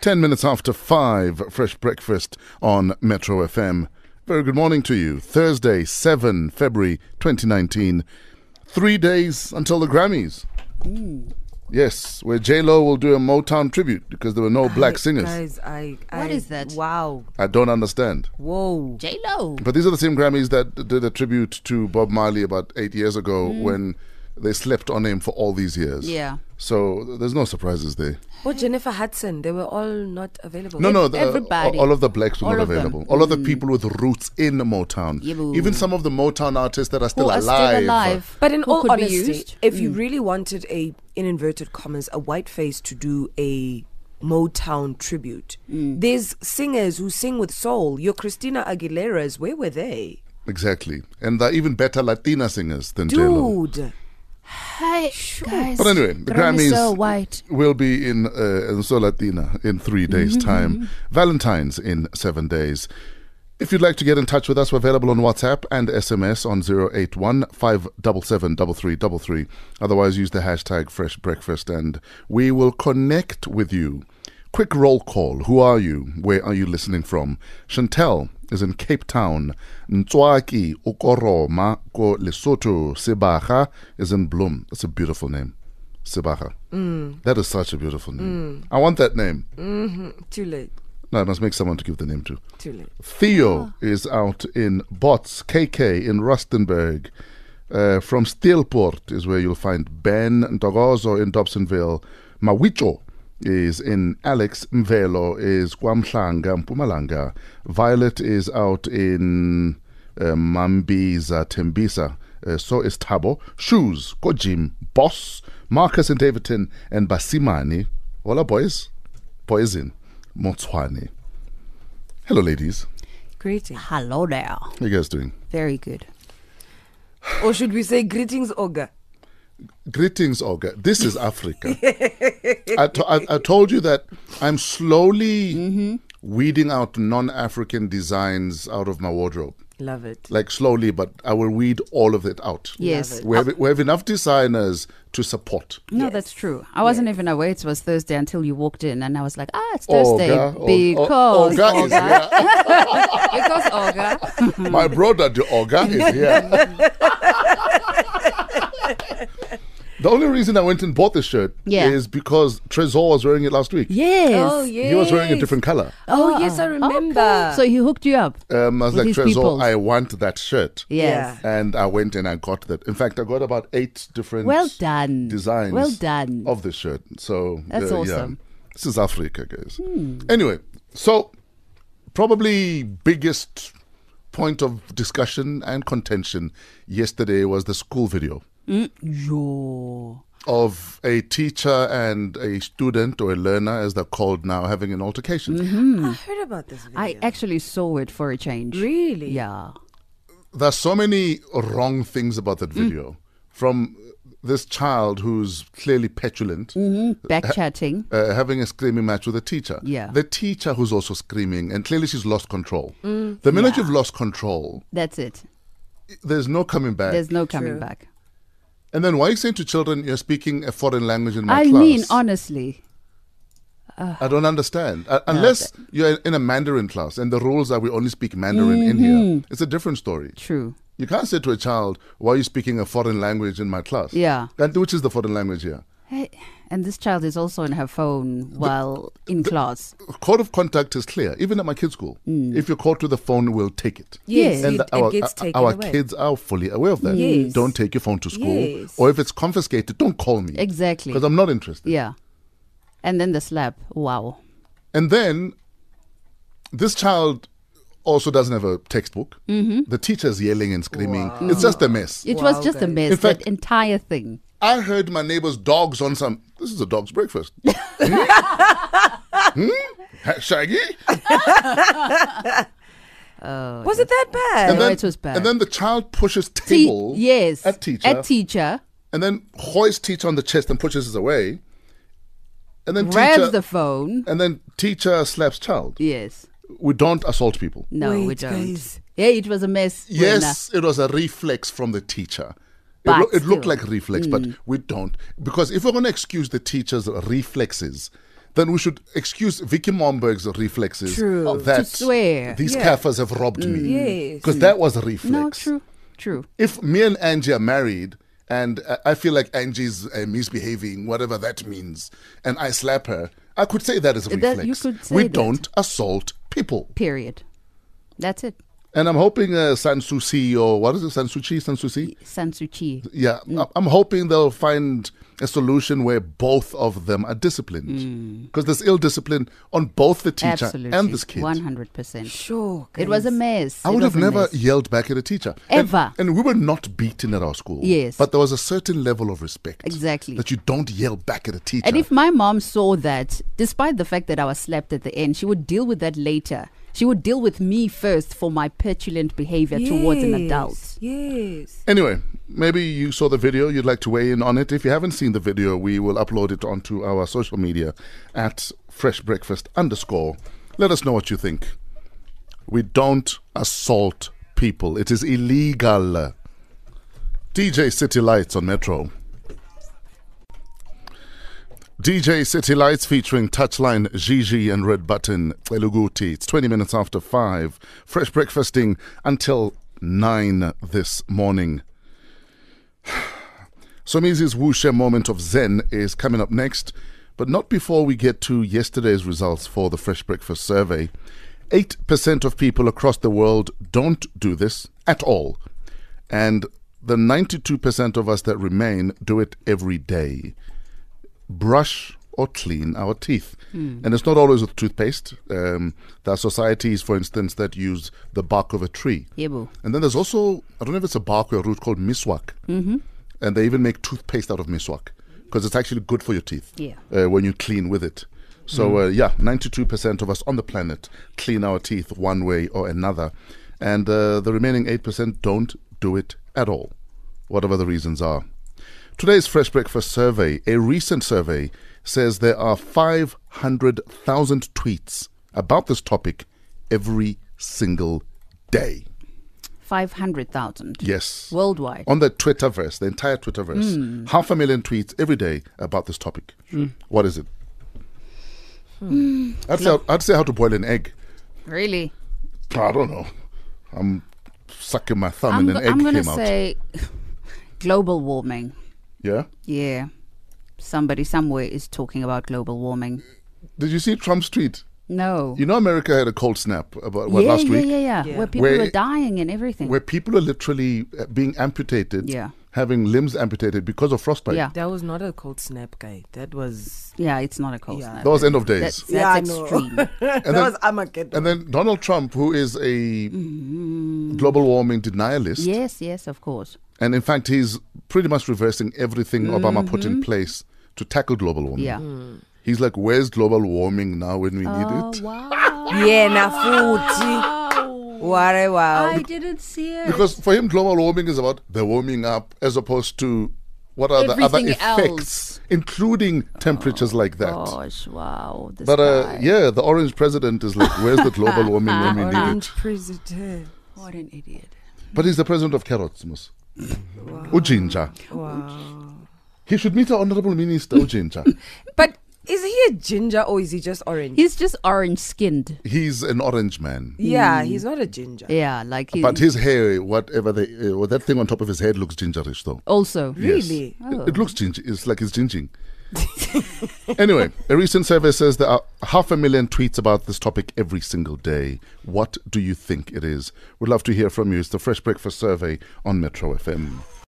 10 minutes after 5, fresh breakfast on Metro FM. Very good morning to you. Thursday, 7 February 2019. Three days until the Grammys. Yes, where J Lo will do a Motown tribute because there were no black singers. Guys, I, I, What is that? Wow. I don't understand. Whoa. J Lo. But these are the same Grammys that did a tribute to Bob Marley about eight years ago when they slept on him for all these years. Yeah. So th- there's no surprises there. Or Jennifer Hudson, they were all not available. No, no, the, everybody. all of the blacks were All not of them. Mm. available. All of the people with roots in Motown, Yeah, boo. even some of the Motown artists that are still, Who are alive. still alive? But in who all could be honesty, used. Mm. if you really wanted a, in inverted commas, a white face to do a Motown tribute, Mm. there's singers who sing with soul. Your Christina Aguilera's, where were they? Exactly, and they're even better Latina singers than J-Lo. Dude. Hi, guys. But anyway, the Grammys Grammys- so white. Will be in uh, in So Latina in three days' time. Valentine's in seven days. If you'd like to get in touch with us, we're available on WhatsApp and SMS on 081 577 3333. Otherwise, use the hashtag Fresh Breakfast and we will connect with you. Quick roll call. Who are you? Where are you listening from? Chantel is in Cape Town. Ntswaki Ukoroma ko Lesotho. Sibaha is in Bloom. That's a beautiful name. Sibaha. That is such a beautiful name. I want that name. Too late. No, I must make someone to give the name to. Too late. Theo is out in Bots, KK in Rustenburg. Uh, from Steelport is where you'll find Ben Ndogozo in Dobsonville. Mawicho is in Alex Mvelo is Kwamhlanga Mpumalanga. Violet is out in uh, Mambiza Tembisa. Uh, so is Tabo. Shoes, Kojim, Boss, Marcus and Davidton, and Basimani. Hola, boys. Boys in Motswane. Hello, ladies. Greeting. Hello there. How you guys doing? Very good. Or should we say greetings, Oga? Greetings, Olga. This is Africa. I, to- I, I told you that I'm slowly weeding out non-African designs out of my wardrobe. Love it. Like slowly, but I will weed all of it out. Yes. Uh, we have, we have enough designers to support. No, that's true. I wasn't even aware it was Thursday until you walked in, and I was like, ah, it's Thursday Olga, Ol- because Ol- Olga is because Olga. My brother, the Olga, is here. the only reason I went and bought this shirt Yeah. is because Trezor was wearing it last week. Yes. Ah, Oh, yes. He was wearing a different color. Oh, yes, I remember. Okay. So he hooked you up. Um, I was With like, his Trezor, peoples. I want that shirt. Yes. And I went and I got that. In fact, I got about eight different Well done. designs Well done. of the shirt. So uh, That's yeah. awesome. Hmm. This is Africa, guys. Anyway, so probably biggest point of discussion and contention yesterday was the school video Yo. of a teacher and a student or a learner, as they're called now, having an altercation. Mm-hmm. I heard about this video. I actually saw it for a change. Really? Yeah. there's so many wrong things about that video from this child who's clearly petulant Back chatting. uh, having a screaming match with a teacher Yeah. the teacher who's also screaming and clearly she's lost control Mm, the minute you've lost control That's it. there's no coming back There's no coming True. back. and then why are you saying to children you're speaking a foreign language in my I class mean, honestly, i don't understand uh, unless you're in a mandarin class and the rules are we only speak mandarin in here Mm-hmm. it's a different story true. You can't say to a child, "Why are you speaking a foreign language in my class?" Yeah. and which is the foreign language here? Hey, and this child is also on her phone while in class. Code of conduct is clear, even at my kids' school. If you're caught with a phone, we'll take it. yes, Yeah. it, And it our, gets our- taken our away. kids are fully aware of that. Yes. Don't take your phone to school, Yes. or if it's confiscated, don't call me Exactly. because I'm not interested. Yeah. And then the slap. Wow. And then this child also doesn't have a textbook. Mm-hmm. The teacher's yelling and screaming. It's just a mess. It Wow, was just a guys. mess, In fact- that entire thing. I heard my neighbor's dogs on some. This is a dog's breakfast. Hmm? Hmm? Shaggy. Was it that bad? No, it was bad. And then the child pushes Te- table yes. at teacher At teacher. and then hoists teacher on the chest and pushes us away. And then Grabs teacher the phone. and then teacher slaps child. Yes. We don't assault people. No, we Wait, don't. guys. Yeah, it was a mess. Werner. Yes, it was a reflex from the teacher. It, But loo- it looked still. Mm. like reflex, but we don't because if we're going to excuse the teacher's reflexes, then we should excuse Vicky Momberg's reflexes True. Oh, that to swear. Mm. these Yeah. kaffirs have robbed me. Yes. Because that was a reflex. No, true, true. If me and Angie are married and uh, I feel like Angie's uh, misbehaving, whatever that means, and I slap her, I could say that is a That- you reflex. could say we that. don't assault people. Period. That's it. And I'm hoping uh, Sanssouci or what is it, Sansuchi, Sanssouci? Sansuchi. Yeah, I- I'm hoping they'll find a solution where both of them are disciplined because there's ill discipline on both the teacher Mm. Absolutely. and this kid. One hundred percent. Sure. It was a guys. mess. I It would was have a never mess. yelled back at a teacher And- Ever. and, we were not beaten at our school. Yes. but there was a certain level of respect. Exactly. that you don't yell back at a teacher. And if my mom saw that, despite the fact that I was slapped at the end, she would deal with that later. She would deal with me first for my petulant behavior towards an adult. Yes. Anyway, maybe you saw the video, you'd like to weigh in on it. If you haven't seen the video, we will upload it onto our social media at fresh breakfast underscore. Let us know what you think. We don't assault people, it is illegal. DJ City Lights on Metro. DJ City Lights featuring Touchline, Gigi, and Red Button, Eluguti. It's 20 minutes after 5. Fresh breakfasting until 9 this morning. So Somizi's Wuxia moment of Zen is coming up next, but not before we get to yesterday's results for the Fresh Breakfast survey. 8% of people across the world don't do this at all. And the 92% of us that remain do it every day brush or clean our teeth. And it's not always with toothpaste. Um, there are societies, for instance, that use the bark of a tree. Yebo. And then there's also, I don't know if it's a bark or a root called miswak. Mm-hmm. And they even make toothpaste out of miswak because it's actually good for your teeth Yeah. uh, when you clean with it. So, uh, yeah, 92% of us on the planet clean our teeth one way or another. And uh, the remaining 8% don't do it at all, whatever the reasons are. Today's Fresh Breakfast survey, a recent survey, says there are 500,000 tweets about this topic every single day. Five hundred thousand. Yes. Worldwide. on the Twitterverse, the entire Twitterverse, Hmm. half a million tweets every day about this topic. What is it? Hmm. I'd, say, I'd say how to boil an egg. Really? I don't know. I'm sucking my thumb I'm, um, and an go- I'm egg gonna came out. say global warming. Yeah. Yeah. Somebody somewhere is talking about global warming. Did you see Trump's tweet? No. You know, America had a cold snap about what, yeah, last yeah, week, yeah, yeah, Yeah. Where people Where- were dying and everything. where people are literally uh, being amputated, Yeah. having limbs amputated because of frostbite. Yeah. That was not a cold snap, guy. That was yeah, it's not a cold Yeah. snap. That was end of days. That's, that's Yeah, I know. extreme. that then- was Armageddon. and then Donald Trump, who is a Mm-hmm. global warming denialist, yes, yes, of course. And in fact, he's pretty much reversing everything Obama put in place to tackle global warming. Yeah. He's like, where's global warming now when we Hmm. Oh, need it? wow. yeah, na futhi. Ware wow. I didn't see it. Because for him, global warming is about the warming up as opposed to what are the other Everything effects, else. including temperatures like that. Gosh, wow. This But uh, guy. yeah, the orange president is like, where's the global warming when we need it? president. What an idiot. But he's the president of carrots, Mus. Ujinja. Wow. He should meet our honorable minister, Ujinja. But is he a ginger or is he just orange? He's just orange skinned. he's an orange man. yeah, he's not a ginger. Yeah, like he But his hair, whatever they, uh, well, that thing on top of his head looks gingerish though. also. Yes. Really? It, it looks ginger. It's like it's ginging. anyway, a recent survey says there are half a million tweets about this topic every single day. What do you think it is? We'd love to hear from you. It's the Fresh Breakfast Survey on Metro FM.